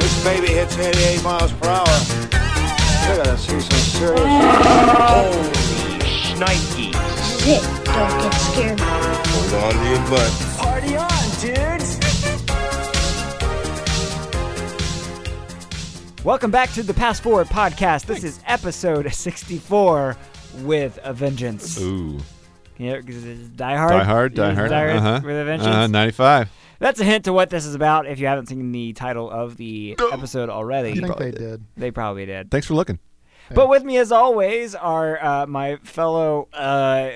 This baby hits 88 miles per hour. You're gonna see some serious. Oh, Nike. Sit. Don't get scared. Hold on to your butt. Party on, dudes! Welcome back to the Pass Forward podcast. This is episode 64 with a vengeance. Ooh. Yeah, 'cause it's Die Hard. Die hard, die Yeah, hard. Die Hard Uh-huh. with a vengeance. Uh, 95. That's a hint to what this is about if you haven't seen the title of the episode already. I think they did. They probably did. Thanks for looking. But with me, as always, are uh, my fellow uh,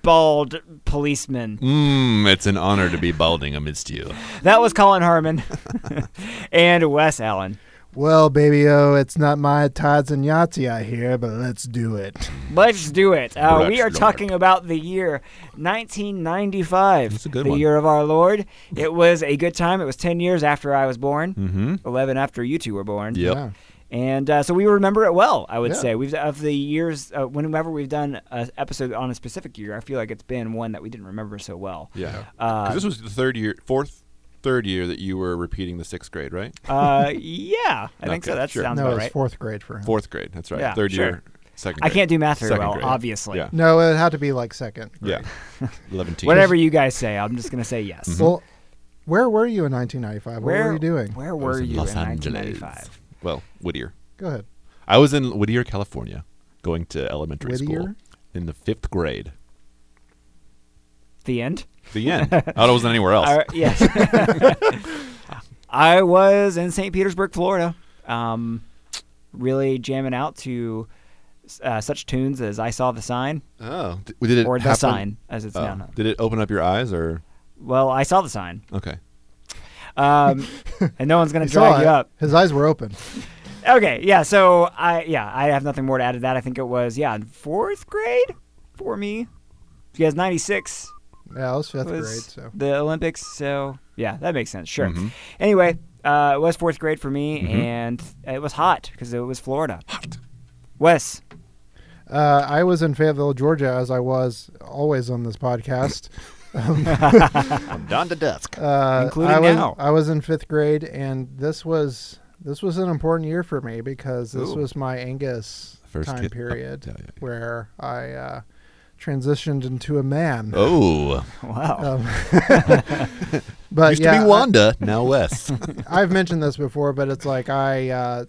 bald policemen. Mmm, it's an honor to be balding amidst you. That was Colin Harmon and Wes Allen. Well, baby, oh, it's not my Tides and Yahtzee I hear, but let's do it. Let's do it. Uh, we Let's are do talking about the year 1995. That's a good the one. year of our Lord. It was a good time. It was 10 years after I was born, mm-hmm. 11 after you two were born. Yep. Yeah. And uh, so we remember it well, I would Yeah. say. We've of the years, uh, whenever we've done an episode on a specific year, I feel like it's been one that we didn't remember so well. Yeah. Uh, 'Cause this was the third year, fourth, third year that you were repeating the sixth grade, right? Uh, yeah, I think so. Okay, That sure. sounds No, about it's right. fourth grade for him. Fourth grade. That's right. Yeah, third sure. year, second. I Grade. can't do math very Second well, grade. obviously. Yeah. No, it had to be like second. Yeah. grade. 11 teams. Whatever you guys say, I'm just going to say yes. Mm-hmm. Well, where were you in 1995? Where what were you doing? Where I was were in you Los in Angeles. 1995? Well, Whittier. Go ahead. I was in Whittier, California, going to elementary school Whittier? in the fifth grade. The end? The end. I thought I wasn't anywhere else. I- yes. I was in St. Petersburg, Florida, um, really jamming out to uh, such tunes as I Saw the Sign Oh, D- did it or The happen- Sign, as it's Oh. now known. Did it open up your eyes or Well, I saw the sign, okay? um, and no one's going He to drag saw you it. up. His eyes were open. Okay, yeah. So I, yeah, I have nothing more to add to that. I think it was, yeah, in fourth grade for me. Because '96 Yeah, I was fifth was grade, so. Mm-hmm. the Olympics, so yeah, that makes sense. Sure. Anyway, uh, it was fourth grade for me, and it was hot because it was Florida. Hot. Wes, Uh, I was in Fayetteville, Georgia, as I was always on this podcast. From dawn to dusk. Uh, Including I was, now. I was in fifth grade, and this was this was an important year for me because this Ooh. was my Angus First time kid- period yeah, yeah, yeah. where I uh, transitioned into a man. oh, Uh, wow, but used yeah, to be Wanda, now Wes. I, have mentioned this before, but it's like I uh,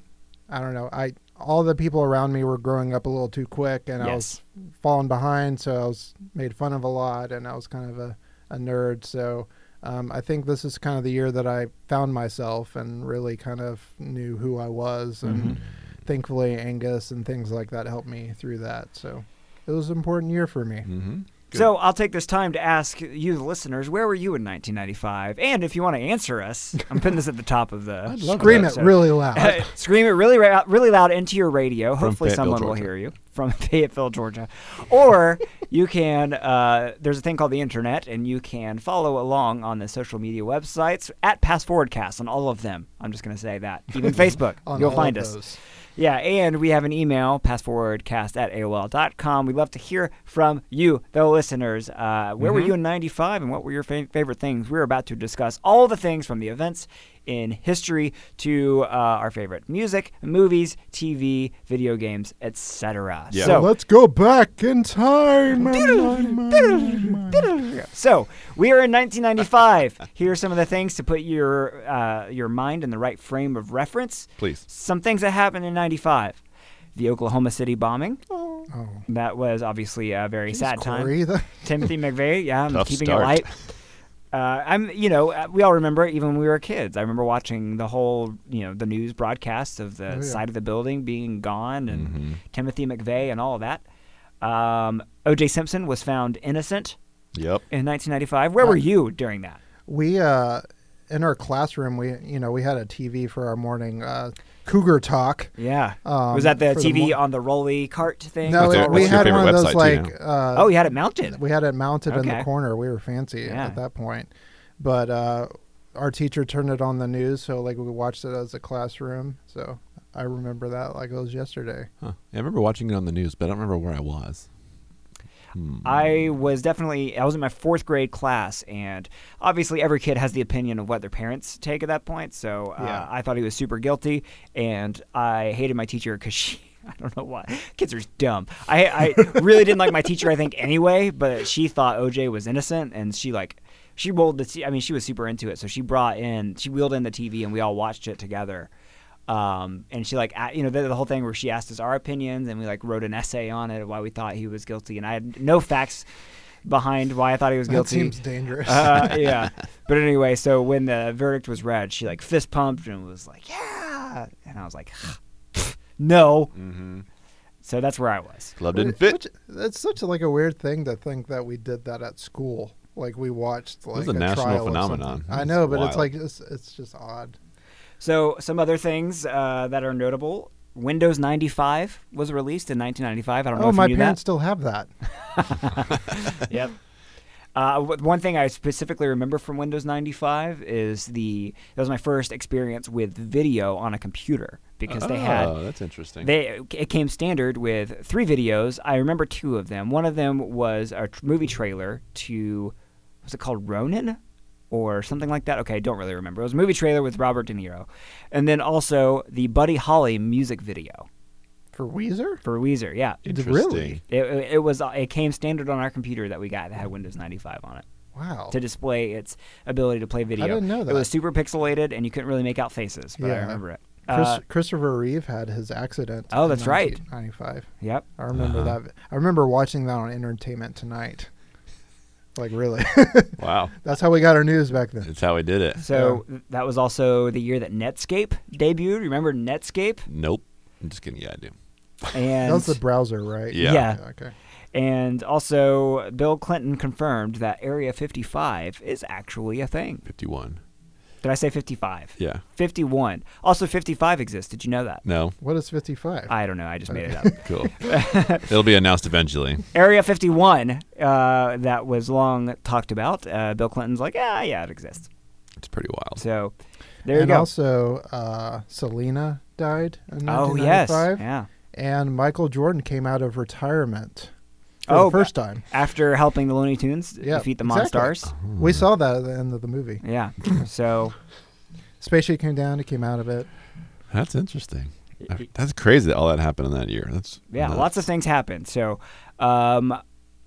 I don't know I all the people around me were growing up a little too quick, and I was falling behind, so I was made fun of a lot, and I was kind of a, a nerd. So um, I think this is kind of the year that I found myself and really kind of knew who I was, and thankfully Angus and things like that helped me through that. So it was an important year for me. mm-hmm. So I'll take this time to ask you, the listeners, where were you in 1995? And if you want to answer us, I'm putting this at the top of the I'd love Scream it episode. really loud. scream it really, ra- really loud into your radio. Hopefully, Fayetteville, someone will Georgia. hear you from Fayetteville, Georgia. Or you can, uh, there's a thing called the internet, and you can follow along on the social media websites at Pass Forwardcast on all of them. I'm just going to say that. Even Facebook, on you'll all find of us. those. Yeah, and we have an email, passforwardcast at AOL.com. We'd love to hear from you, the listeners. Uh, where were you in 95 and what were your fa- favorite things? We're about to discuss all the things from the events in history to uh, our favorite music, movies, TV, video games, etc. Yeah. So, Let's go back in time. so we are in 1995. Here are some of the things to put your uh, your mind in the right frame of reference. Please. Some things that happened in 95. The Oklahoma City bombing. Oh. That was obviously a very sad time. Timothy McVeigh, yeah, I'm Tough keeping start. it light. Uh, I'm, you know, uh, we all remember it even when we were kids. I remember watching the whole, you know, the news broadcast of the Oh, yeah. side of the building being gone and Mm-hmm. Timothy McVeigh and all of that. Um, O.J. Simpson was found innocent Yep. in 1995. Uh, Where were you during that? We uh, in our classroom, we you know we had a TV for our morning uh, cougar talk. Yeah, Um, was that the for the TV mo- on the rolly cart thing? No, What's it- your- we what's your had favorite one of those website, too, like uh, oh, you had it mounted. we had it mounted in Okay. the corner. We were fancy Yeah. at that point, but uh, our teacher turned it on the news, so like we watched it as a classroom. So I remember that like it was yesterday. Huh. Yeah, I remember watching it on the news, but I don't remember where I was. I was definitely I was in my fourth grade class, and obviously every kid has the opinion of what their parents take at that point. So uh, Yeah. I thought he was super guilty, and I hated my teacher because she. I don't know why. Kids are dumb. I, I really didn't like my teacher, I think, anyway, but she thought OJ was innocent, and she, like, she rolled the. T- I mean, she was super into it, so she brought in, she wheeled in the TV, and we all watched it together. Um, and she like, a- you know, the, the whole thing where she asked us our opinions, and we like wrote an essay on it of why we thought he was guilty, and I had no facts behind why I thought he was That guilty. seems dangerous. uh, yeah, but anyway, so when the verdict was read, she like fist pumped and was like, "Yeah," and I was like, "No." So that's where I was. Glove didn't fit. Which, that's such like a weird thing to think that we did that at school. Like we watched like is a national trial of phenomenon. something. I That's know, but wild. it's like it's, it's just odd. So some other things uh, that are notable: Windows 95 was released in 1995. I don't know Oh, if my you knew parents that. still have that. yep. Uh, w- one thing I specifically remember from Windows 95 is the that was my first experience with video on a computer because they had Oh, that's interesting. They it came standard with three videos. I remember two of them. One of them was a tr- movie trailer to was it called Ronin or something like that? Okay, I don't really remember. It was a movie trailer with Robert De Niro, and then also the Buddy Holly music video For Weezer? for Weezer. Yeah, it interesting. really? it, it was uh, it came standard on our computer that we got that had Windows 95 on it Wow. to display its ability to play video. didn't know It that. was super pixelated, and you couldn't really make out faces, but I Yeah. remember it. Chris, Uh, Christopher Reeve had his accident. Oh, in that's right. Uh-huh. 1995. yep. I remember that. I remember watching that on Entertainment Tonight. Like really, Wow, that's how we got our news back then. that's how we did it. So th- that was also the year that Netscape debuted. Remember Netscape? Nope. I'm just kidding. Yeah, I do. And That was the browser, right? Yeah. Yeah. Okay. and also Bill Clinton confirmed that Area 55 is actually a thing. 51. Did I say 55? Yeah. 51. Also 55 exists. Did you know that? No. What is 55? I don't know. I just made it up. Cool. It'll be announced eventually. Area 51 uh, that was long talked about. Uh, Bill Clinton's like, ah, yeah, it exists. It's pretty wild. So there you and go. also, uh, Selena died in oh yes, 1995, yeah. and Michael Jordan came out of retirement for Oh, the first time. After helping the Looney Tunes Yeah, defeat the exactly. Monstars. Oh. Mm. We saw that at the end of the movie. Yeah. So Spaceship came down. He came out of it. That's interesting. I- That's crazy that all that happened in that year. That's Yeah, nuts. lots of things happen. So, um,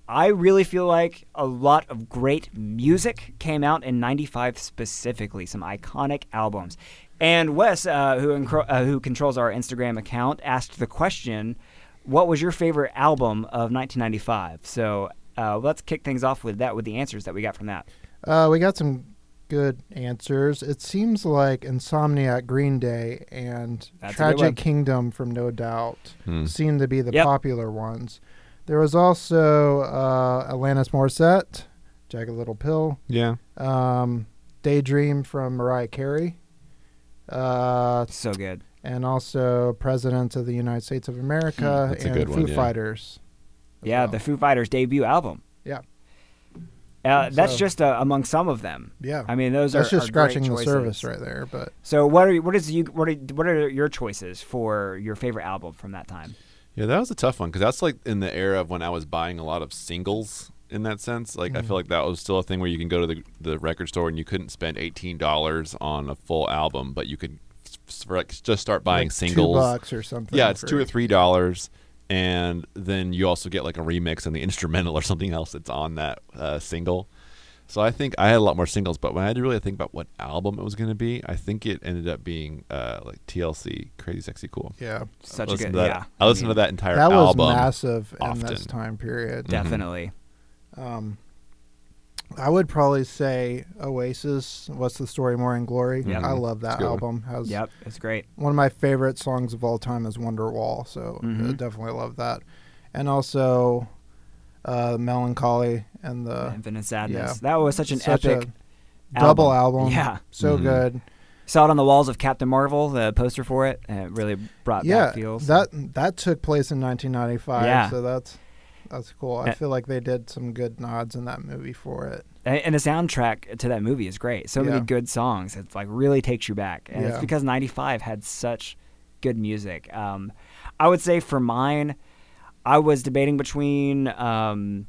I really feel like a lot of great music came out in '95 specifically, some iconic albums. And Wes, uh, who encro- uh, who controls our Instagram account, asked the question, "What was your favorite album of 1995?" So uh, let's kick things off with that, with the answers that we got from that. Uh, we got some good answers. It seems like Insomniac, Green Day, and That's a good one. Tragic Kingdom from No Doubt Hmm. seem to be the Yep. popular ones. There was also uh, Alanis Morissette, Jagged Little Pill, Yeah. um, Daydream from Mariah Carey, uh, So good. and also Presidents of the United States of America Hmm, That's a and good Foo one, yeah. Fighters. as Yeah, well. the Foo Fighters' debut album. yeah, Uh, that's So- just uh, among some of them. yeah. I mean, those that's are just are great scratching the choices. surface right there, but. So what are what is you what are what are your choices for your favorite album from that time? Yeah, that was a tough one because that's like in the era of when I was buying a lot of singles. In that sense, like I feel Mm. like that was still a thing where you can go to the the record store and you couldn't spend eighteen dollars on a full album, but you could s- s- for, like, just start buying like singles. two bucks or something. Yeah, it's for- two or three dollars, and then you also get like a remix and the instrumental or something else that's on that uh, single. So I think I had a lot more singles, but when I had to really think about what album it was going to be, I think it ended up being uh, like TLC, Crazy Sexy Cool. Yeah, Such a Listen good to that- yeah. I listened to that entire that was album. massive in this often. time period. Mm-hmm. Mm-hmm. Definitely. I would probably say Oasis. What's the story? More in glory. Yeah. I love that good one. album. Has Yep, it's great. one of my favorite songs of all time is Wonderwall. So Mm-hmm. I definitely love that, and also uh, Melancholy and the Infinite Sadness. Uh, yeah. That was such an such epic a double album. album. Yeah. so Mm-hmm. good. saw it on the walls of Captain Marvel, the poster for it, and it really brought yeah, back feels. that that took place in 1995. Yeah. so that's that's cool. I Yeah. feel like they did some good nods in that movie for it. and, and the soundtrack to that movie is great. So many Yeah. good songs. It's like really takes you back, and it's Yeah. because '95 had such good music. Um, I would say for mine, I was debating between um,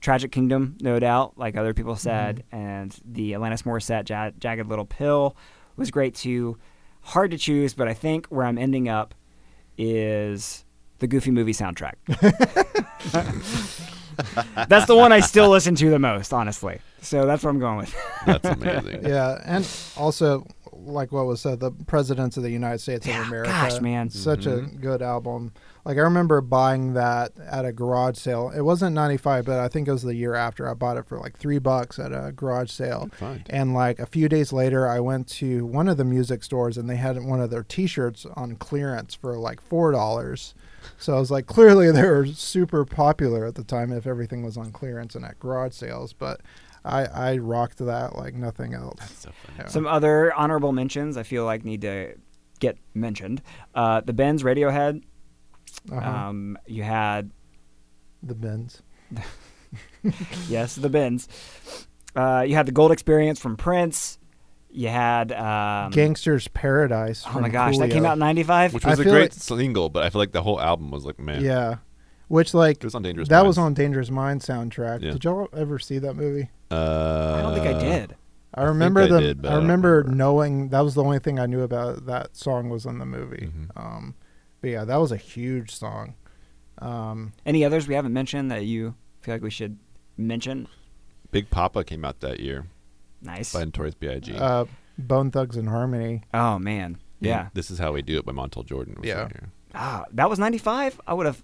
Tragic Kingdom, no doubt, like other people said, and the Alanis Morissette ja- Jagged Little Pill was great too. Hard to choose, but I think where I'm ending up is the Goofy movie soundtrack. that's the one I still listen to the most, honestly. So that's what I'm going with. That's amazing. Yeah, and also like what was said, the presidents of the United States Yeah, of America. gosh, man. such a good album. Like I remember buying that at a garage sale. It wasn't '95, but I think it was the year after. I bought it for like three bucks at a garage sale. find. And like a few days later, I went to one of the music stores and they had one of their T-shirts on clearance for like four dollars. So I was like, clearly they were super popular at the time if everything was on clearance and at garage sales. But I I rocked that like nothing else. So funny. Yeah. Some other honorable mentions I feel like need to get mentioned. Uh, the Benz Radiohead. Uh-huh. Um, you had the bins. yes, the Benz. Uh, you had the Gold Experience from Prince. You had um, Gangster's Paradise. Oh from my gosh, that came Coolio. out in '95. Which I was a feel great like- single, but I feel like the whole album was like, man, Yeah, which like it was on Dangerous. that was on Minds. Dangerous Mind soundtrack. Yeah. Did y'all ever see that movie? Uh, I don't think I did. I, think remember I the. did, but I I don't remember remember. knowing that was the only thing I knew about that song was in the movie. Mm-hmm. Um, but yeah, that was a huge song. Um, Any others we haven't mentioned that you feel like we should mention? Big Papa came out that year Nice. by Notorious B.I.G. uh, Bone Thugs and Harmony. oh man, yeah. And This is how we do it by Montel Jordan. was Yeah. on here. Ah, that was '95. I would have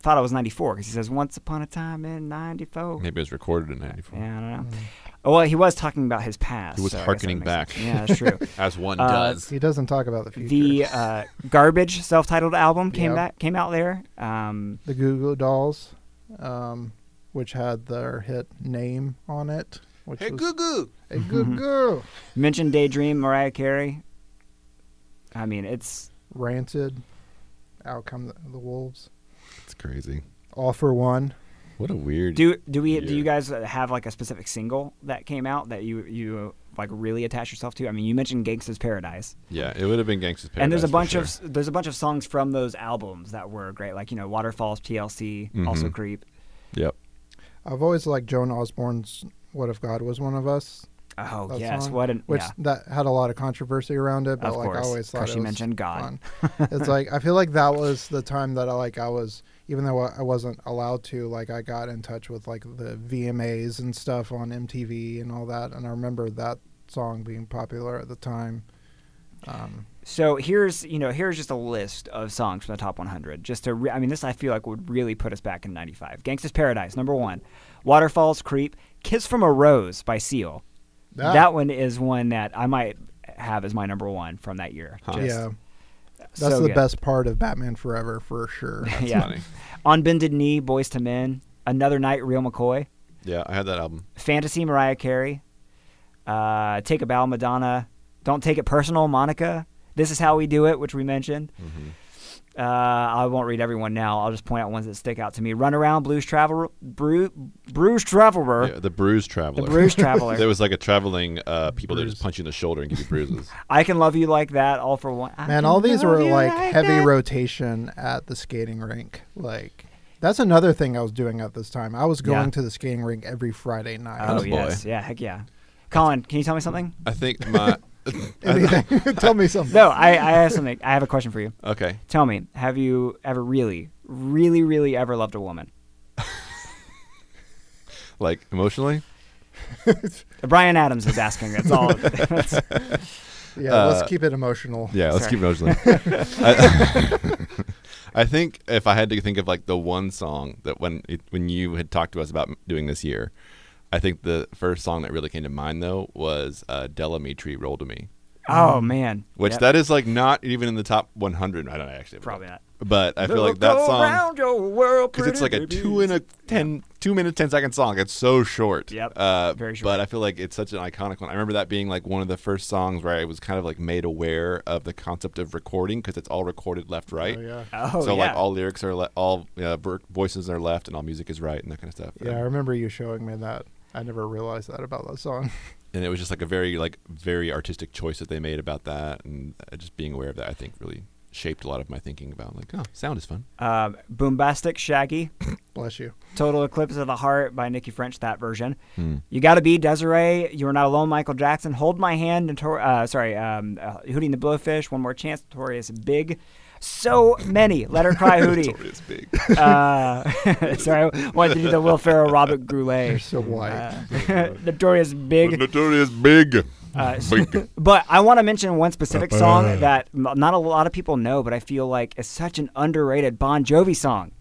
thought I was '94 because he says "Once upon a time in '94." Maybe it was recorded in '94. Yeah, I don't know. Oh, well, he was talking about his past. Mm. He was so I guess that hearkening makes sense. back. Yeah, that's true. As one Uh, does. He doesn't talk about the future. the uh, garbage self-titled album came Yeah. back came out there. Um, the Goo Goo Dolls, um, which had their hit name on it. Which was, Goo. Hey Goo Goo. mentioned Daydream, Mariah Carey. I mean, it's Ranted. Out come the, the wolves. It's crazy. All for one. What a weird. do do we do Yeah. you guys have like a specific single that came out that you you like really attach yourself to? I mean, you mentioned Gangsta's Paradise. Yeah, it would have been Gangsta's Paradise. and there's a for bunch sure. of s- there's a bunch of songs from those albums that were great, like you know Waterfalls, TLC, also Mhm. Creep. Yep. I've always liked Joan Osborne's "What If God Was One of Us." Oh that yes, song, what an which yeah. that had a lot of controversy around it, but Of like course, I always 'cause thought she it was mentioned God. fun. it's like I feel like that was the time that I like I was even though I I wasn't allowed to like I got in touch with like the VMAs and stuff on MTV and all that, and I remember that song being popular at the time. Um, So here's you know here's just a list of songs from the top 100. Just to re- I mean this I feel like would really put us back in '95. Gangsta's Paradise number one, Waterfalls, Creep, Kiss from a Rose by Seal. Ah. That one is one that I might have as my number one from that year. Just yeah, that's so the good. best part of Batman Forever for sure. yeah. funny. On Bended Knee, Boys to Men, Another Night, Real McCoy. Yeah, I had that album. Fantasy, Mariah Carey. Uh, Take a Bow, Madonna. Don't Take It Personal, Monica. This is How We Do It, which we mentioned. Mm-hmm. Uh, I won't read everyone now. I'll just point out ones that stick out to me. Runaround, Blues Traveler, Bru- Bruce Traveler, Yeah, the Bruise Traveler. The Bruce Traveler. there was like a traveling uh, people that just punch you in the shoulder and give you bruises. I Can Love You Like That, All for One. I Man, Can all these Love were You like heavy That. rotation at the skating rink. Like that's another thing I was doing at this time. I was going Yeah. to the skating rink every Friday night. Oh, boy. yes. Yeah, heck yeah. Colin, can you tell me something? I think my. Anything- Tell me something. No, I, I have something. I have a question for you. okay. Tell me, have you ever really, really, really ever loved a woman? Like emotionally? Brian Adams is asking. That's all. That's- Yeah, uh, let's keep it emotional. Yeah, let's Sorry. keep emotionally. I, I think if I had to think of like the one song that when it, when you had talked to us about m- doing this year, I think the first song that really came to mind though was uh, Delamitri "Roll to Me," oh man. which Yep. that is like not even in the top 100. I don't know, actually probably not. But I feel like that Go song round your world, because it's like pretty a baby. two and a ten two minute ten second song. It's so short. Yep, Uh, very short. But I feel like it's such an iconic one. I remember that being like one of the first songs where I was kind of like made aware of the concept of recording because it's all recorded left right. Oh, yeah. Oh so yeah. like all lyrics are le- all uh, ver- voices are left and all music is right and that kind of stuff. Yeah, I remember you showing me that. I never realized that about that song. And it was just like a very like very artistic choice that they made about that and uh, just being aware of that I think really shaped a lot of my thinking about like, oh, sound is fun. Um, Boombastic Shaggy, Bless you. Total Eclipse of the Heart by Nikki French, that version. Hmm. You Gotta Be Desiree, You Are Not Alone, Michael Jackson, Hold My Hand, and Tor- uh, sorry, um, uh, Hootie and the Blowfish, One More Chance, Notorious Big. So many. Let Her Cry Story Hootie. is big. Uh, sorry, I wanted to do the Will Ferrell, Robert Goulet. So white. Notorious Big. Notorious big. Uh, s- Big. but I want to mention one Uh, specific song that m- not a lot of people know, but I feel like is such an underrated Bon Jovi song.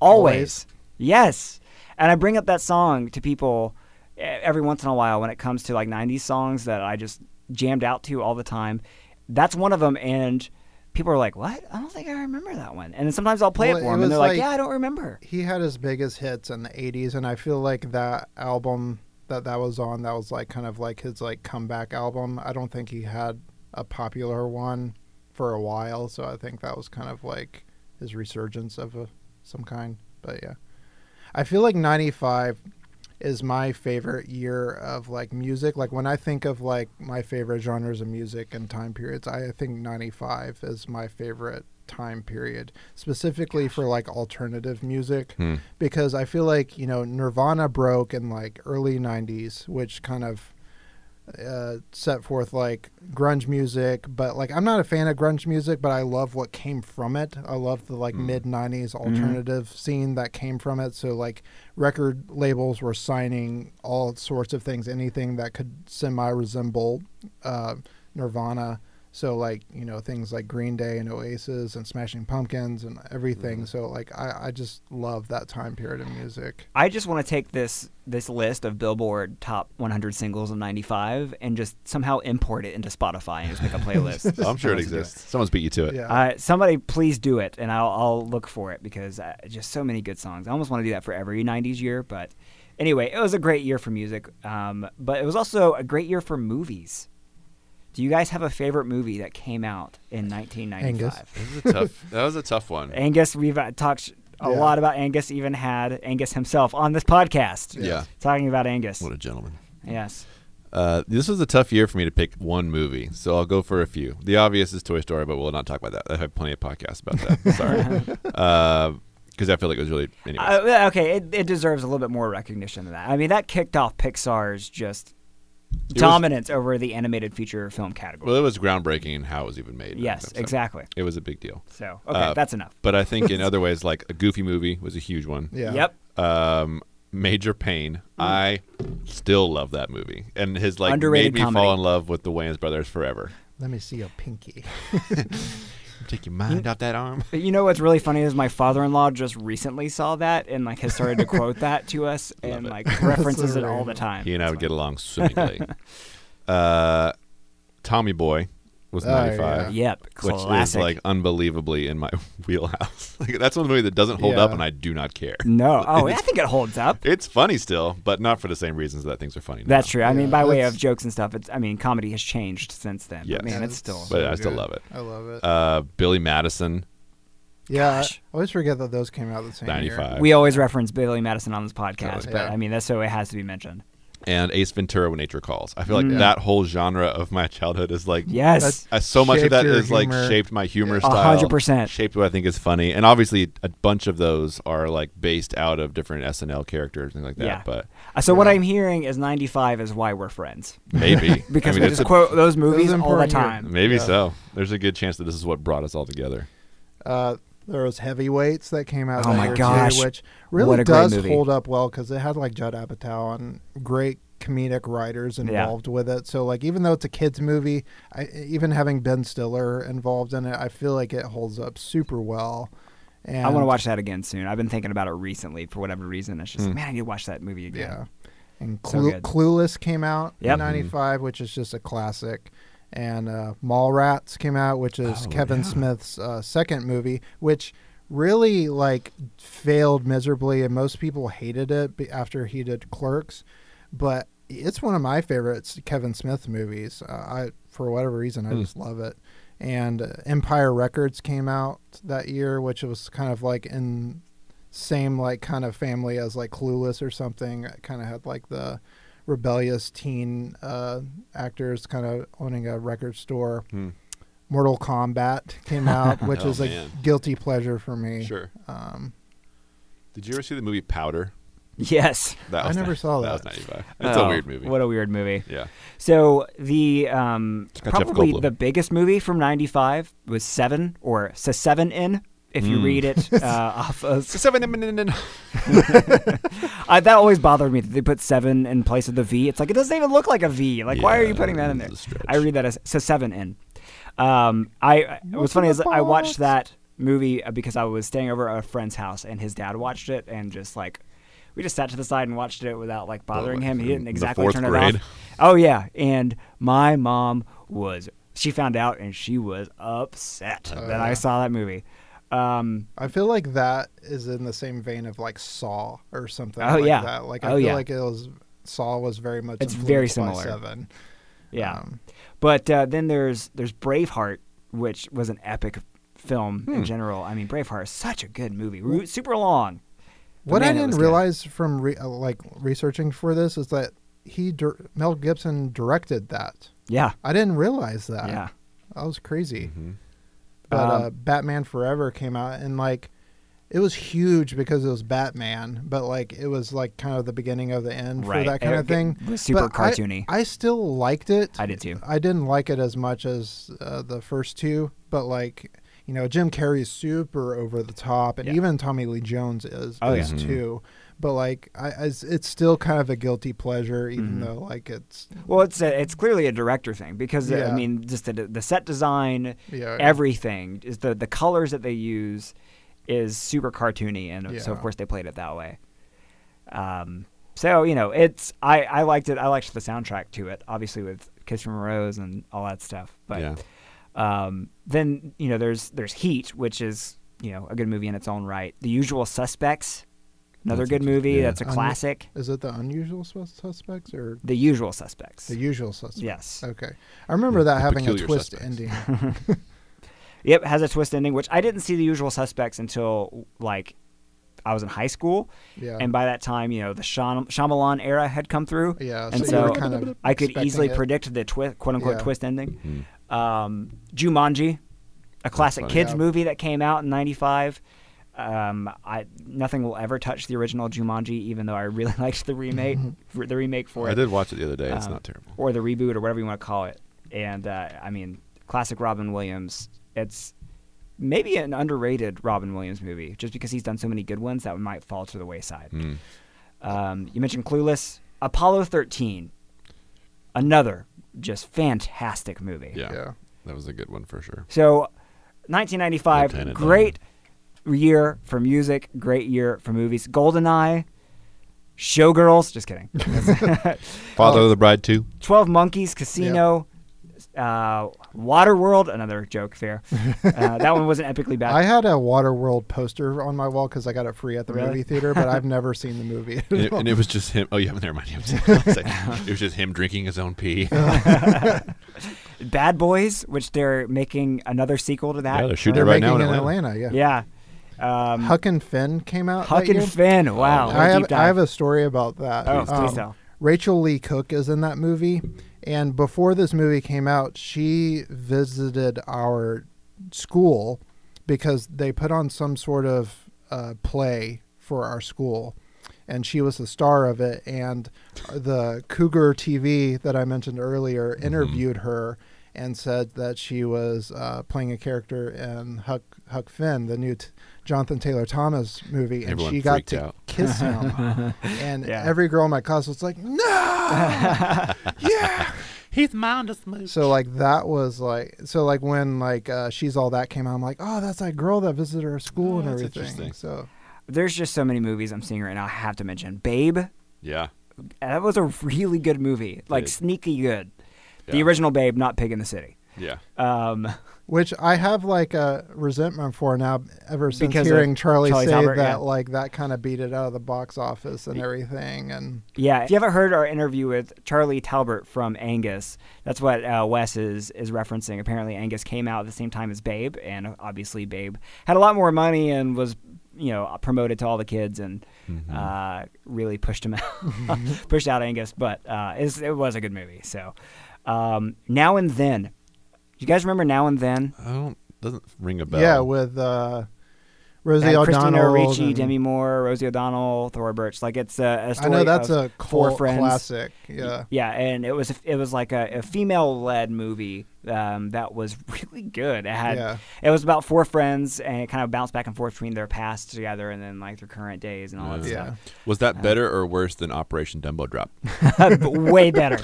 Always. Always. Yes. And I bring up that song to people e- every once in a while when it comes to like 90s songs that I just jammed out to all the time. That's one of them. And people are like, what? I don't think I remember that one. And then sometimes I'll play Well, it it for them was and they're like, like- yeah, I don't remember. He had his biggest hits in the 80s, and I feel like that album that that was on, that was like kind of like his like comeback album. I don't think he had a popular one for a while, so I think that was kind of like his resurgence of a, some kind. But yeah, I feel like 95 is my favorite year of like music. Like when I think of like my favorite genres of music and time periods, I think 95 is my favorite time period, specifically for like alternative music because I feel like, you know, Nirvana broke in like early 90s, which kind of uh, set forth like grunge music, but like I'm not a fan of grunge music, but I love what came from it. I love the Mm. like mid 90s Mm-hmm. alternative scene that came from it. So like record labels were signing all sorts of things, anything that could semi resemble uh, Nirvana. So like you know things like Green Day and Oasis and Smashing Pumpkins and everything. Mm-hmm. So like I, I just love that time period in music. I just want to take this this list of Billboard top 100 singles of 95 and just somehow import it into Spotify and just make a playlist. I'm sure it exists. Someone's beat you to it. Yeah. Uh, somebody please do it, and I'll, I'll look for it because uh, just so many good songs. I almost want to do that for every '90s year, but anyway, it was a great year for music. Um, but it was also a great year for movies. Do you guys have a favorite movie that came out in 1995? That was a tough. That was a tough one. Angus, we've uh, talked sh- a Yeah. lot about Angus. Even had Angus himself on this podcast. Yeah. talking about Angus. What a gentleman. Yes. Uh, this was a tough year for me to pick one movie, so I'll go for a few. The obvious is Toy Story, but we'll not talk about that. I have plenty of podcasts about that. Sorry, because I feel like it was really. Anyways. Uh, well, okay, it, it deserves a little bit more recognition than that. I mean, that kicked off Pixar's just was- dominance over the animated feature film category. well, it was groundbreaking in how it was even made. yes, So exactly. It was a big deal. So, okay, Uh, that's enough. But I think in other ways, like a Goofy movie was a huge one. yeah. Yep. um, Major Pain. Mm. I still love that movie, and his like Underrated made me comedy. fall in love with the Wayans brothers forever. Let me see a pinky. Take your mind off that arm. But you know what's really funny is my father-in-law just recently saw that and like has started to quote that to us and it. like references it all the Surreal. time. He and I would get along swimmingly. uh, Tommy Boy was Oh, ninety five. yeah. Yep, Which is classic. like unbelievably in my wheelhouse. like that's one movie that doesn't hold up, Yeah. and I do not care. no, oh, I think it holds up. It's funny still, but not for the same reasons that things are funny. That's now. true. I mean, Yeah, by way of that's- jokes and stuff, it's I mean, comedy has changed since then. Yes. But man, Yeah, it's still But I still love it. I love it. Uh, Billy Madison, yeah. I gosh. always forget that those came out the same ninety year. five, we always reference Billy Madison on this podcast, Totally. but Yeah. I mean, that's so it has to be mentioned. and Ace Ventura: When Nature Calls. I feel like that whole genre of my childhood is like Mm. Yes. I, Uh, so much of Shaped that your is like humor. shaped my humor A style. hundred percent. Shaped what I think is funny, and obviously a bunch of those are like based out of different SNL characters and things like that. Yeah. But Uh, so what I'm hearing is 95 is why we're friends maybe because I mean, we it's just a- quote those movies all the important year. time. maybe so. There's a good chance that this is what brought us all together. Uh, there was heavyweights that came out. Oh that my year gosh. too, which What a really great does movie. hold up well because it had like Judd Apatow and great comedic writers involved with it. So like even though it's a kids movie, I, even having Ben Stiller involved in it, I feel like it holds up super well. And I want to watch that again soon. I've been thinking about it recently for whatever reason. It's just Hmm. man, I need to watch that movie Yeah. again. And So Clu- good. Clueless came out Yep. Mm-hmm. in 95, which is just a classic. And uh, Mallrats came out, which is Oh, Kevin Smith's uh, second movie, which really like failed miserably, and most people hated it be- after he did Clerks. But it's one of my favorites, Kevin Smith movies. Uh, I for whatever reason, Hmm. I just love it. And uh, Empire Records came out that year, which was kind of like in same like kind of family as like Clueless or something. Kind of had like the rebellious teen uh, actors kind of owning a record store. Mortal Kombat came out, which Hmm. Oh, is a man. guilty pleasure for me. Sure. Um, Did you ever see the movie Powder? Yes. That I was never ni- saw That was that. 95. It's Oh, a weird movie. What a weird movie. yeah. So the um, got Jeff probably Goldblum. the biggest movie from '95 was Seven or Se Seven in. If you read it uh, off of, seven. I, that always bothered me that they put seven in place of the V. It's like it doesn't even look like a V. Like why are you Yeah, putting that in there? it's a stretch. I read that as Se Seven in. Um, I I- what's funny is I watched that movie uh, because I was staying over at a friend's house and his dad watched it and just like we just sat to the side and watched it without like bothering my- him. He in didn't the exactly fourth turn it grade? off. Oh yeah, and my mom was she found out and she was upset Oh, that I saw that movie. Um, I feel like that is in the same vein of like Saw or something. Oh, like yeah. That. Like I Oh, feel yeah. like it was Saw was very much. It's very influenced by similar. Seven. yeah, Um, but uh, then there's there's Braveheart, which was an epic film in general. I mean, Braveheart is such a good movie, Ru- super long. But What man, I it was didn't good. realize from re- uh, like researching for this is that he dir- Mel Gibson directed that. Yeah, I didn't realize that. yeah. That was crazy. But Um, uh, Batman Forever came out and like it was huge because it was Batman, but like it was like kind of the beginning of the end Right. for that kind It of thing. was super But I- cartoony. I, still liked it. I did too. I didn't like it as much as uh, the first two, but like you know, Jim Carrey's super over the top, and Yeah. even Tommy Lee Jones is, Oh, is yeah. too. But like, I, I- it's still kind of a guilty pleasure, even Mm-hmm. though like it's Well, it's a, it's clearly a director thing because uh, I Yeah. mean, just the, the set design, Yeah, yeah. everything is the the colors that they use is super cartoony, and so of Yeah. course they played it that way. Um, so you know, it's I I liked it. I liked the soundtrack to it, obviously with Kiss from a Rose and all that stuff. But Yeah. um, then you know, there's there's Heat, which is you know a good movie in its own right. The Usual Suspects, another That's good a- movie. yeah. That's a Un- classic. is it the unusual Sus- suspects or The Usual Suspects. the usual suspects? yes. Okay, I remember that the having a Peculiar twist Suspects. ending. Yep, has a twist ending, which I didn't see The Usual Suspects until like I was in high school, Yeah. and by that time, you know, the Shyam- Shyamalan era had come through. Yeah, and so you were so kind of I could expecting easily it. predict the twi- quote unquote Yeah. twist ending. Um, Jumanji, a classic funny. kids Yeah. movie that came out in '95. Um, I nothing will ever touch the original Jumanji, even though I really liked the remake, the remake for it I did watch it the other day. It's um, not terrible. Or the reboot, or whatever you want to call it. And uh, I mean, classic Robin Williams. It's maybe an underrated Robin Williams movie, just because he's done so many good ones that might fall to the wayside. Hmm. Um, you mentioned Clueless, Apollo 13, another just fantastic movie. Yeah. Yeah. That was a good one for sure. So, 1995, Lieutenant great year for music, great year for movies. Goldeneye, Showgirls, just kidding. Oh. Father of the Bride 2. 12 Monkeys Casino, uh, Waterworld, another joke fair. Uh, that one wasn't epically bad. I had a Waterworld poster on my wall because I got it free at the Really? movie theater, but I've never seen the movie. And it, and it was just him. Oh, yeah, never mind. It was, it was just him drinking his own pee. yeah, bad Boys, which they're making another sequel to that. they're shooting They're it right making now in it Atlanta. Oh, yeah. yeah. Um, Huck, Huck and Finn came out. that year. and Oh, Finn. Wow. I Deep have, I dive. have a story about that. Um, Oh, please tell. Rachel Lee Cook is in that movie, and before this movie came out, she visited our school because they put on some sort of uh, play for our school, and she was the star of it. And the Cougar TV that I mentioned earlier interviewed her and said that she was uh, playing a character in Huck Huck Finn, the new t- Jonathan Taylor Thomas movie, and Everyone she got freaked to out. kiss him. and Yeah. every girl in my class was like, no. yeah. He's mine to smooth. So like that was like so like when like uh, she's all that came out, I'm like, oh, that's that girl that visited our school and Oh, that's everything. interesting. So There's just so many movies I'm seeing right now. I have to mention Babe. Yeah. That was a really good movie. Like, is. sneaky good. The Yeah. original Babe, not Pig in the City. Yeah. Um, which I have like a resentment for now ever since Because of hearing Charlie, Charlie say Hubbard, that yeah. like that kind of beat it out of the box office and everything and Yeah, if you haven't heard our interview with Charlie Talbert from Angus, that's what uh, Wes is is referencing. Apparently, Angus came out at the same time as Babe, and obviously, Babe had a lot more money and was you know promoted to all the kids and Mm-hmm. uh, really pushed him out, pushed out Angus. But uh, it's, it was a good movie. So, um, now and then, you guys remember Now and Then? I don't. Doesn't ring a bell. Yeah, with uh, Rosie Yeah, Christina O'Donnell. Ricci, and- Demi Moore, Rosie O'Donnell, Thora Birch. Like it's a, a I story know that's of a four cult friends. classic. Yeah. Yeah, and it was it was like a, a female led movie um, that was really good. It had Yeah. it was about four friends and it kind of bounced back and forth between their past together and then like their current days and all that Yeah. Was uh, that better or worse than Operation Dumbo Drop? stuff. But way better.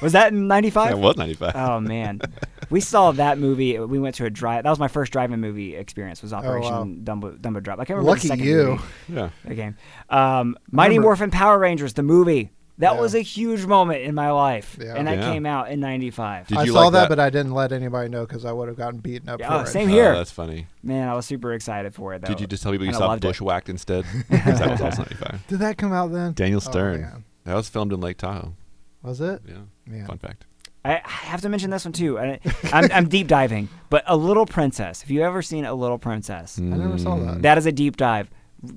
was that in that '95? was 95. Oh man, we saw that movie. We went to a drive. That was my first drive-in movie experience. Was Operation Oh, wow. Dumbo Dumbo Drop. I can't remember Lucky the second you. movie. yeah. that game. Um, Mighty Remember- Morphin Power Rangers, the movie. That Yeah. was a huge moment in my life, Yeah. and that Yeah. came out in '95. Did I you saw like that, that? but I didn't let anybody know because I would have gotten beaten up Yeah, for same it. here. Oh, that's funny. Man, I was super excited for it. Though. Did you just tell people you And I saw loved it. Bushwhacked instead? 'Cause that was also 95. Did that come out then? Daniel Oh, Stern. man. that was filmed in Lake Tahoe. was it? Yeah. Man. Fun fact. I, I have to mention this one too. And I- I'm, I'm deep diving, but A Little Princess. Have you ever seen A Little Princess? Mm, I never saw that. That is a deep dive.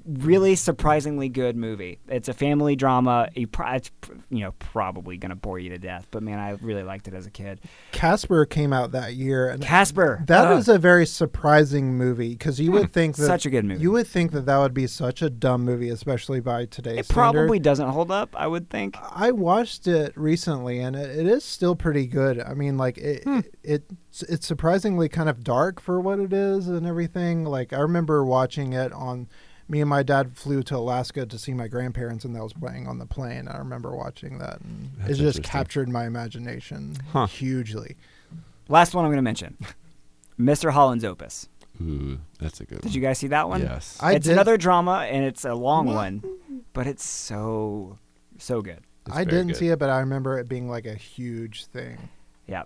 Really surprisingly good movie. It's a family drama. You pro- it's pr- you know probably gonna bore you to death, but man, I really liked it as a kid. Casper came out that year, and Casper. that Ugh. is a very surprising movie because you would think that Uh. Hmm. Such a good movie. You would think that that would be such a dumb movie, especially by today's It standard. probably doesn't hold up. I would think. I watched it recently, and it, it is still pretty good. I mean, like it, Hmm. it, it's surprisingly kind of dark for what it is and everything. Like I remember watching it on. Me and my dad flew to Alaska to see my grandparents, and that was playing on the plane. I remember watching that. And it That's just interesting. captured my imagination Huh. hugely. Last one I'm going to mention Mr. Holland's Opus. Ooh, that's a good Did you guys see that one? Yes. I it's did- another drama and it's a long one, but it's so, so good. It's very I didn't good. see it, but I remember it being like a huge thing. Yeah.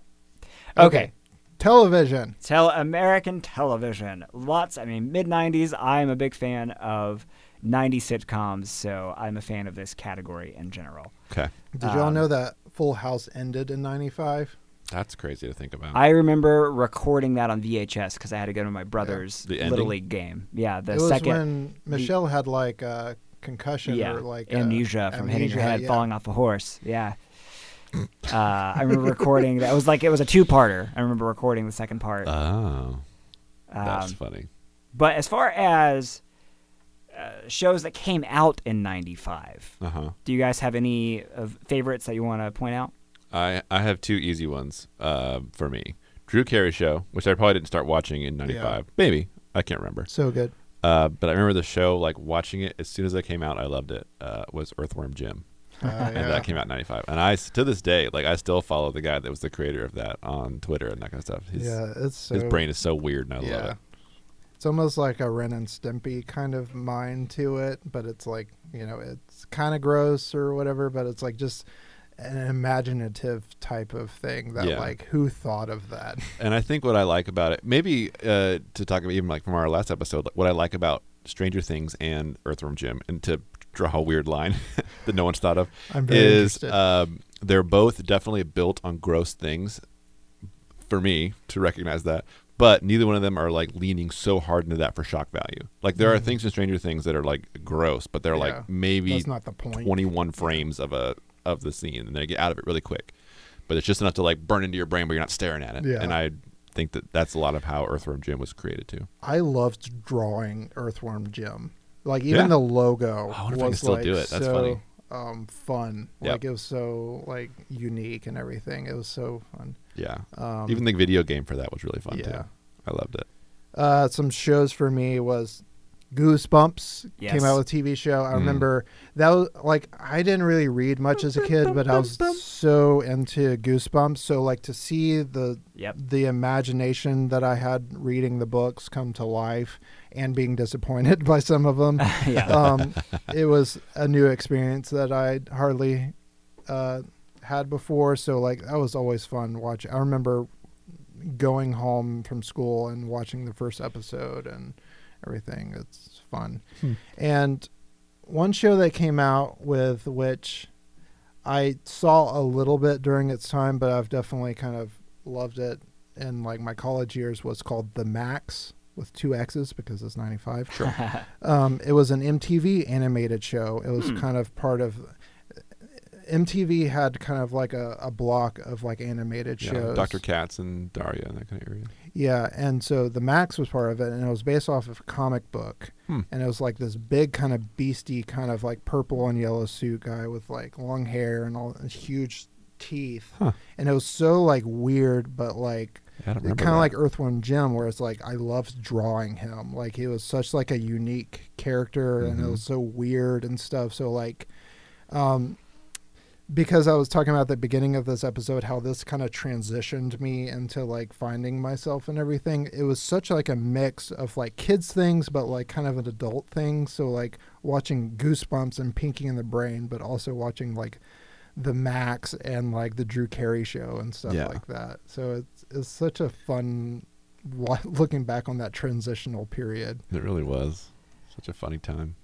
Okay. Television. Tell American television. Lots, I mean, mid 90s. I'm a big fan of 90s sitcoms, so I'm a fan of this category in general. Okay. Did y'all Um, know that Full House ended in 95? That's crazy to think about. I remember recording that on VHS because I had to go to my brother's The Little ending? League game. Yeah, the it was second. when Michelle had like a concussion yeah. or like a- amnesia from hitting your amnesia, head, yeah. falling off a horse. Yeah. uh, I remember recording that. It was like it was a two-parter. I remember recording the second part. oh, that's Um, funny. but as far as uh, shows that came out in '95, Uh huh. do you guys have any of favorites that you want to point out? I I have two easy ones uh, for me. Drew Carey show, which I probably didn't start watching in '95. Maybe I can't remember. So good. Uh, but I remember the show, like watching it as soon as it came out. I loved it. Uh, was Earthworm Jim, Uh, yeah. and that came out in '95. And I s- to this day, like I still follow the guy that was the creator of that on Twitter and that kind of stuff. His, yeah, it's so, his brain is so weird, and I love Yeah. it. It's almost like a Ren and Stimpy kind of mind to it, but it's like, you know, it's kind of gross or whatever, but it's like just an imaginative type of thing that Yeah. like who thought of that? And I think what I like about it, maybe uh, to talk about even like from our last episode, like, what I like about Stranger Things and Earthworm Jim, and to draw a weird line that no one's thought of, I'm very is interested. um, they're both definitely built on gross things for me to recognize that. But neither one of them are like leaning so hard into that for shock value. Like there are things in Stranger Things that are like gross, but they're Mm. Yeah. like maybe That's not the point. 21 frames of a of the scene and they get out of it really quick but it's just enough to like burn into your brain but you're not staring at it Yeah. and i think that that's a lot of how earthworm jim was created too I loved drawing Earthworm Jim. Like even Yeah. the logo I wonder if I can was still like do it. That's so funny. um fun. Yep. Like it was so like unique and everything. It was so fun. yeah Um, even the video game for that was really fun yeah. too i loved it Uh, some shows for me was Goosebumps Yes. came out with TV show. Mm. I remember that was like I didn't really read much as a kid, but I was so into Goosebumps. So like to see the Yep. the imagination that I had reading the books come to life and being disappointed by some of them. Yeah. um, it was a new experience that I hardly uh, had before. So like that was always fun watching. I remember going home from school and watching the first episode and everything. It's fun. And one show that came out with which I saw a little bit during its time, but I've definitely kind of loved it in like my college years was called The Max with two X's because it's 95. Sure. um, it was an MTV animated show. It was kind of part of MTV had kind of like a, a block of like animated Yeah, shows. Dr. Katz and Daria and that kind of area. Yeah, and so the Max was part of it, and it was based off of a comic book, Hmm. and it was like this big kind of beastie, kind of like purple and yellow suit guy with like long hair and all and huge teeth, Huh. and it was so like weird, but like I don't kind remember. of that. like Earthworm Jim, where it's like I loved drawing him, like he was such like a unique character, and it Mhm. was so weird and stuff. So like, um, because I was talking about at the beginning of this episode how this kind of transitioned me into like finding myself and everything. It was such like a mix of like kids things, but like kind of an adult thing. So like watching Goosebumps and Pinky and the Brain, but also watching like the Max and like the Drew Carey show and stuff Yeah. like that. So it's it's such a fun wa- looking back on that transitional period. It really was such a funny time.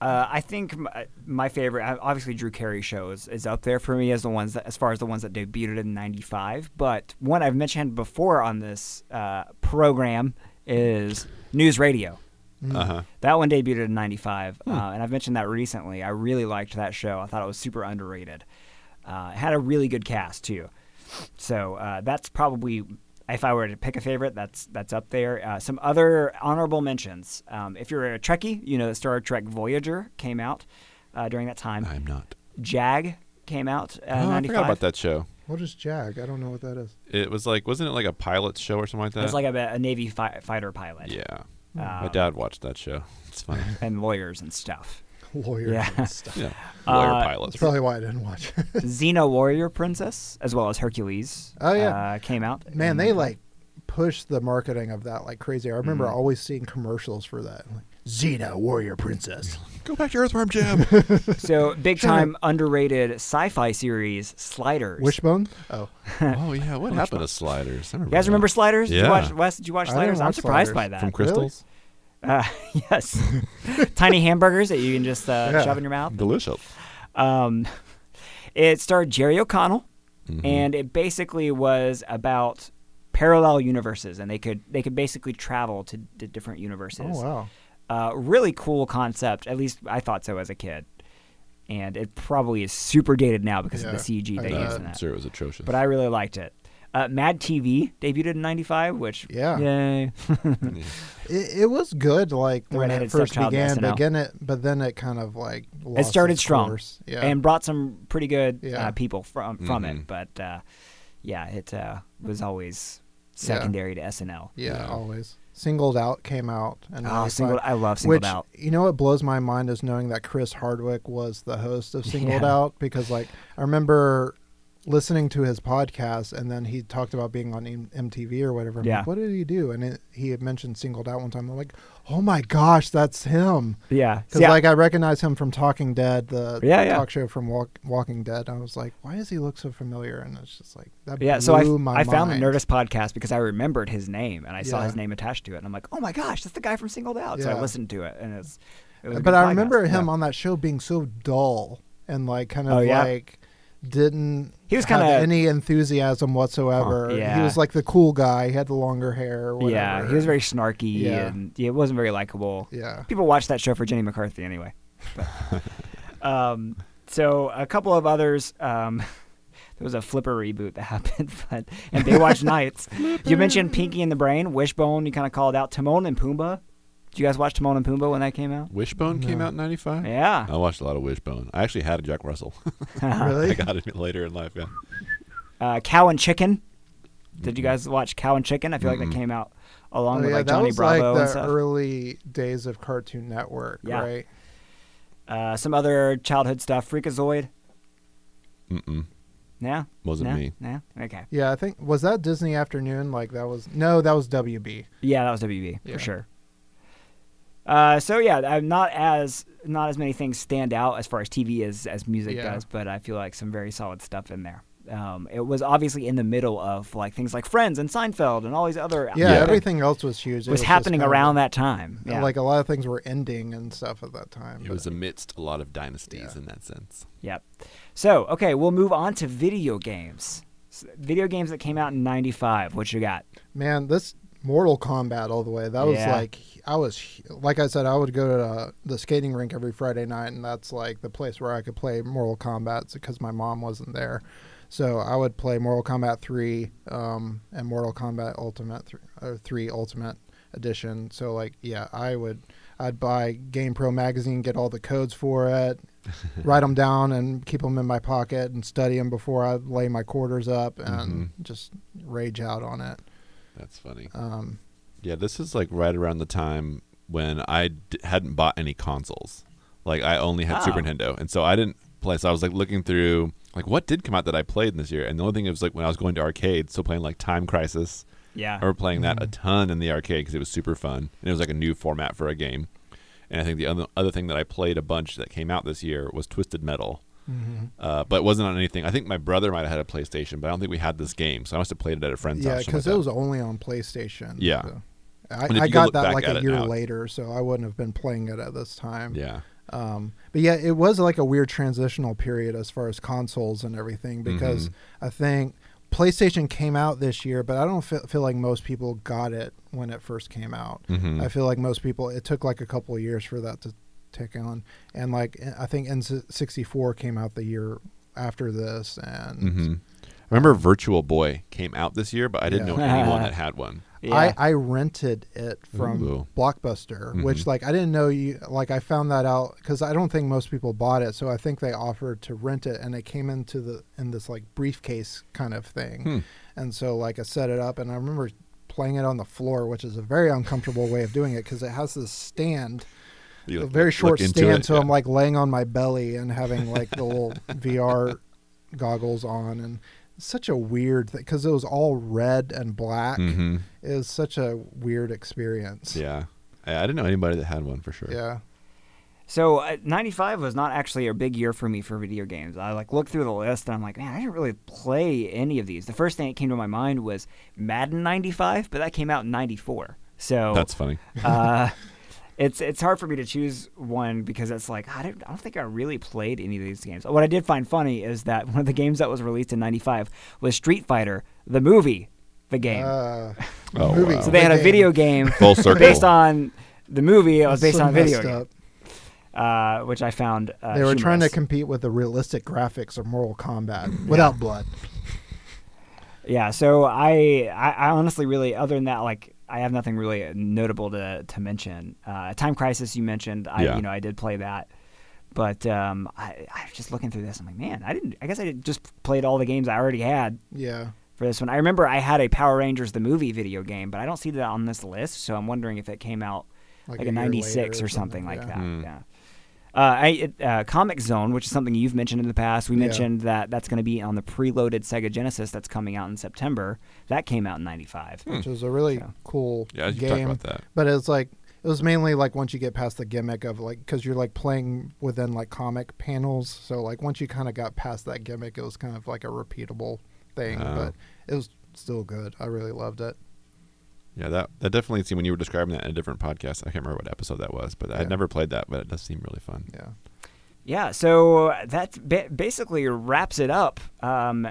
Uh, I think my, my favorite, uh, obviously, Drew Carey show is, is up there for me as the ones that, as far as the ones that debuted in '95. But one I've mentioned before on this uh, program is News Radio. Mm. Uh huh. That one debuted in '95, Hmm. uh, and I've mentioned that recently. I really liked that show. I thought it was super underrated. Uh, it had a really good cast too. So uh, that's probably, if I were to pick a favorite, that's that's up there. Uh, some other honorable mentions. Um, if you're a Trekkie, you know that Star Trek Voyager came out uh, during that time. I'm not. Jag came out uh, Oh, I '95. forgot about that show. What is Jag? I don't know what that is. It was like, wasn't it like a pilot show or something like that? It was like a, a Navy fi- fighter pilot. yeah. My Um, dad watched that show. It's funny. and lawyers and stuff. Lawyers Yeah. and stuff. yeah. Uh, Lawyer That's pilots. probably why I didn't watch it. Xena Warrior Princess, as well as Hercules. Oh, yeah. uh, came out. Man, in- they like push the marketing of that like crazy. I remember Mm-hmm. always seeing commercials for that. Like, Xena, Warrior Princess. Go back to Earthworm Jim. so big time underrated sci-fi series Sliders. Wishbone? Oh. oh yeah, what happened to Sliders? I you guys that. remember Sliders? Did you Yeah. watch, Wes, did you watch I Sliders? didn't I'm watch surprised Sliders. by that. from Crystals? uh, yes, tiny hamburgers that you can just uh, Yeah. shove in your mouth. Delicious. Um, it starred Jerry O'Connell, Mm-hmm. and it basically was about parallel universes, and they could they could basically travel to, to different universes. Oh wow. Uh, really cool concept. At least I thought so as a kid, and it probably is super dated now because Yeah, of the CG I they bet. use in I'm that. sure it was atrocious. but I really liked it. Uh, Mad TV debuted in '95, which Yeah. yay. It, it was good like when Redheaded it first stepchild in began, SNL. but then it but then it kind of like it lost started its strong course. Yeah. and brought some pretty good Yeah. uh, people from from Mhm. it. But uh, yeah, it uh, was always secondary to SNL. Mm-hmm. yeah, Yeah. always. Singled Out came out and Oh, singled, I love singled which out. you know what blows my mind is knowing that Chris Hardwick was the host of Singled Yeah. Out because like I remember listening to his podcast and then he talked about being on M- MTV or whatever. I'm Yeah. like, what did he do? And it, he had mentioned Singled Out one time. I'm like, oh my gosh, that's him. Yeah, Because like I recognize him from Talking Dead, the Yeah, yeah. talk show from Walk, Walking Dead. I was like, why does he look so familiar? And it's just like that. Yeah, blew so I, my I found the mind. Nerdist podcast because I remembered his name and I saw Yeah. his name attached to it and I'm like, oh my gosh, that's the guy from Singled Out. So I Yeah. listened to it and it's. It was a but good I podcast. remember Yeah. him on that show being so dull and like kind of Oh, yeah? like didn't He was have kinda- any enthusiasm whatsoever. Yeah. He was like the cool guy. He had the longer hair. Or whatever. Yeah, he was very snarky Yeah. and yeah, it wasn't very likable. Yeah. People watched that show for Jenny McCarthy anyway. But, um, so a couple of others. Um, there was a Flipper reboot that happened, but and Baywatch Nights. You mentioned Pinky and the Brain, Wishbone. You kind of called out Timon and Pumbaa. Did you guys watch Timon and Pumbaa when that came out? Wishbone came out in '95. Yeah. Oh. I watched a lot of Wishbone. I actually had a Jack Russell. I really. got it later in life. Yeah. uh, Cow and Chicken. Did you guys watch Cow and Chicken? I feel like that came out along Mm-hmm. Oh, with yeah, like that Johnny was Bravo like and the stuff. early days of Cartoon Network, Yeah. right? Uh, some other childhood stuff. Freakazoid. Mm-mm. No, Wasn't no, me. No, okay. Yeah, I think was that Disney Afternoon. Like that was no, that was WB. Yeah, that was WB Yeah. for sure. Uh, so yeah, I'm not as not as many things stand out as far as TV as as music Yeah. does, but I feel like some very solid stuff in there. Um, it was obviously in the middle of like things like Friends and Seinfeld and all these other Yeah, Yeah. everything else was huge. was, It just happening kind of- around that time. Yeah. Like a lot of things were ending and stuff at that time. It but- was amidst a lot of dynasties Yeah. in that sense. Yep. So, okay, we'll move on to video games. S- Video games that came out in 95. What you got? Man, this Mortal Kombat all the way. That was Yeah. like I was like I said I would go to uh, the skating rink every Friday night, and that's like the place where I could play Mortal Kombat because my mom wasn't there. So I would play Mortal Kombat three um, and Mortal Kombat Ultimate three, uh, three Ultimate Edition. So like yeah, I would I'd buy Game Pro magazine, get all the codes for it, write them down, and keep them in my pocket and study them before I lay my quarters up and just rage out on it. That's funny. Um, Yeah, this is like right around the time when I d- hadn't bought any consoles. Like I only had Super Ah. Nintendo, and so I didn't play. So I was like looking through like what did come out that I played this year, and the only thing was like when I was going to arcades, so playing like Time Crisis. Yeah. I remember playing that a Mm. ton in the arcade because it was super fun, and it was like a new format for a game. And I think the other other thing that I played a bunch that came out this year was Twisted Metal. Mm-hmm. Uh, but it wasn't on anything. I think my brother might have had a PlayStation, but I don't think we had this game, so I must have played it at a friend's yeah, house. or because something it like was only on PlayStation. Yeah. so. I, And if I you got look that back like at a it year now- later, so I wouldn't have been playing it at this time. that. yeah. Um, but yeah, it was like a weird transitional period as far as consoles and everything Mm-hmm. because I think PlayStation came out this year, but I don't feel, feel like most people got it when it first came out. Mm-hmm. I feel like most people it took like a couple of years for that to take on, and like I think N64 came out the year after this, and Mm-hmm. I remember Virtual Boy came out this year, but I didn't Yeah. know anyone that had one. yeah. I, I rented it from Ooh. Mm-hmm. Blockbuster, which like I didn't know you like I found that out because I don't think most people bought it, so I think they offered to rent it, and it came into the in this like briefcase kind of thing, Hmm. and so like I set it up, and I remember playing it on the floor, which is a very uncomfortable way of doing it because it has this stand You a look- very look short into stand, it, so yeah. I'm like laying on my belly and having like the little VR goggles on, and such a weird thing because it was all red and black. Mm-hmm. It was such a weird experience. yeah, I, I didn't know anybody that had one for sure. yeah. So uh, 95 was not actually a big year for me for video games. I like looked through the list and I'm like, man, I didn't really play any of these. The first thing that came to my mind was Madden 95, but that came out in 94. So that's funny. uh, it's it's hard for me to choose one because it's like I don't, I don't think I really played any of these games. What I did find funny is that one of the games that was released in '95 was Street Fighter, the movie, the game. Uh, Oh, movie. wow. so they the had a game. video game Full circle. based on the movie. It was That's based so on a video messed game, up. uh, which I found. Uh, They were trying to humorous. compete with the realistic graphics of Mortal Kombat without blood. Yeah, so I, I, I honestly really, other than that, like I have nothing really notable to to mention. Uh, Time Crisis you mentioned, I Yeah. you know I did play that, but um, I, I was just looking through this, I'm like, man, I didn't. I guess I did- just played all the games I already had Yeah. for this one. I remember I had a Power Rangers the movie video game, but I don't see that on this list, so I'm wondering if it came out Like like, a in year '96 later or or something, something, like yeah. that. Yeah. Uh, I, it, uh, Comic Zone, which is something you've mentioned in the past, we Yeah. mentioned that that's going to be on the preloaded Sega Genesis that's coming out in September. That came out in '95. which was a really cool Hmm. Yeah, you game. talked about that. But it's like it was mainly like once you get past the gimmick of like because you're like playing within like comic panels, so like once you kind of got past that gimmick, it was kind of like a repeatable thing. Oh. But it was still good. I really loved it. Yeah, that that definitely seemed when you were describing that in a different podcast. I can't remember what episode that was, but Yeah. I'd never played that, but it does seem really fun. Yeah, Yeah, so uh, that ba- basically wraps it up. Um,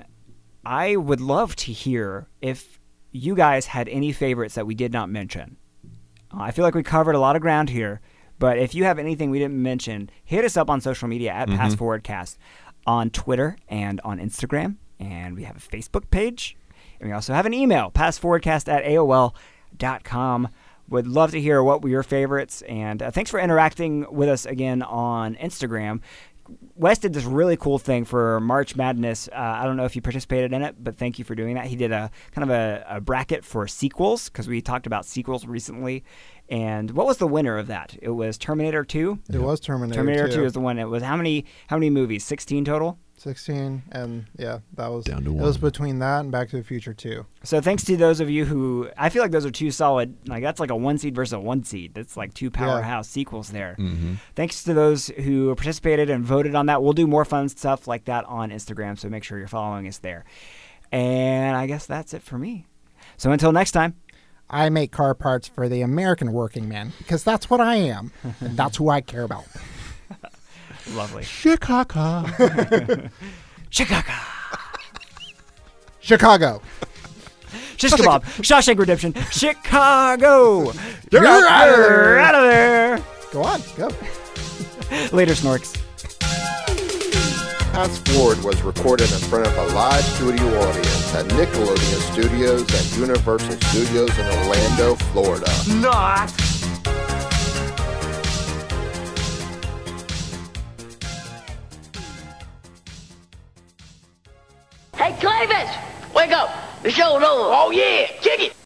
I would love to hear if you guys had any favorites that we did not mention. Uh, I feel like we covered a lot of ground here, but if you have anything we didn't mention, hit us up on social media at Pass PassForwardCast on Twitter and on Instagram. And we have a Facebook page. And we also have an email, passforwardcast at AOL.com. Would love to hear what were your favorites. And uh, thanks for interacting with us again on Instagram. Wes did this really cool thing for March Madness. Uh, I don't know if you participated in it, but thank you for doing that. He did a kind of a, a bracket for sequels because we talked about sequels recently. And what was the winner of that? It was Terminator Two. it was Terminator. Terminator Two is the one. It was how many how many movies? Sixteen total. sixteen, and yeah, that was Down to it was one. between that and Back to the Future two. So thanks to those of you who I feel like those are two solid. Like that's like a one seed versus a one seed. That's like two powerhouse sequels there. Thanks to those who participated and voted on that. We'll do more fun stuff like that on Instagram. So make sure you're following us there. And I guess that's it for me. So until next time. I make car parts for the American working man because that's what I am. and that's who I care about. Lovely. Chicago. Chicago. Chicago. Shish Kebab, Shawshank Redemption, Chicago. You're, out, out of there. You're out of there. Go on, go. Later, Snorks. Fast Forward was recorded in front of a live studio audience at Nickelodeon Studios and Universal Studios in Orlando, Florida. Not. Hey, Clavis! Wake up! The show's over. Oh, yeah! Kick it!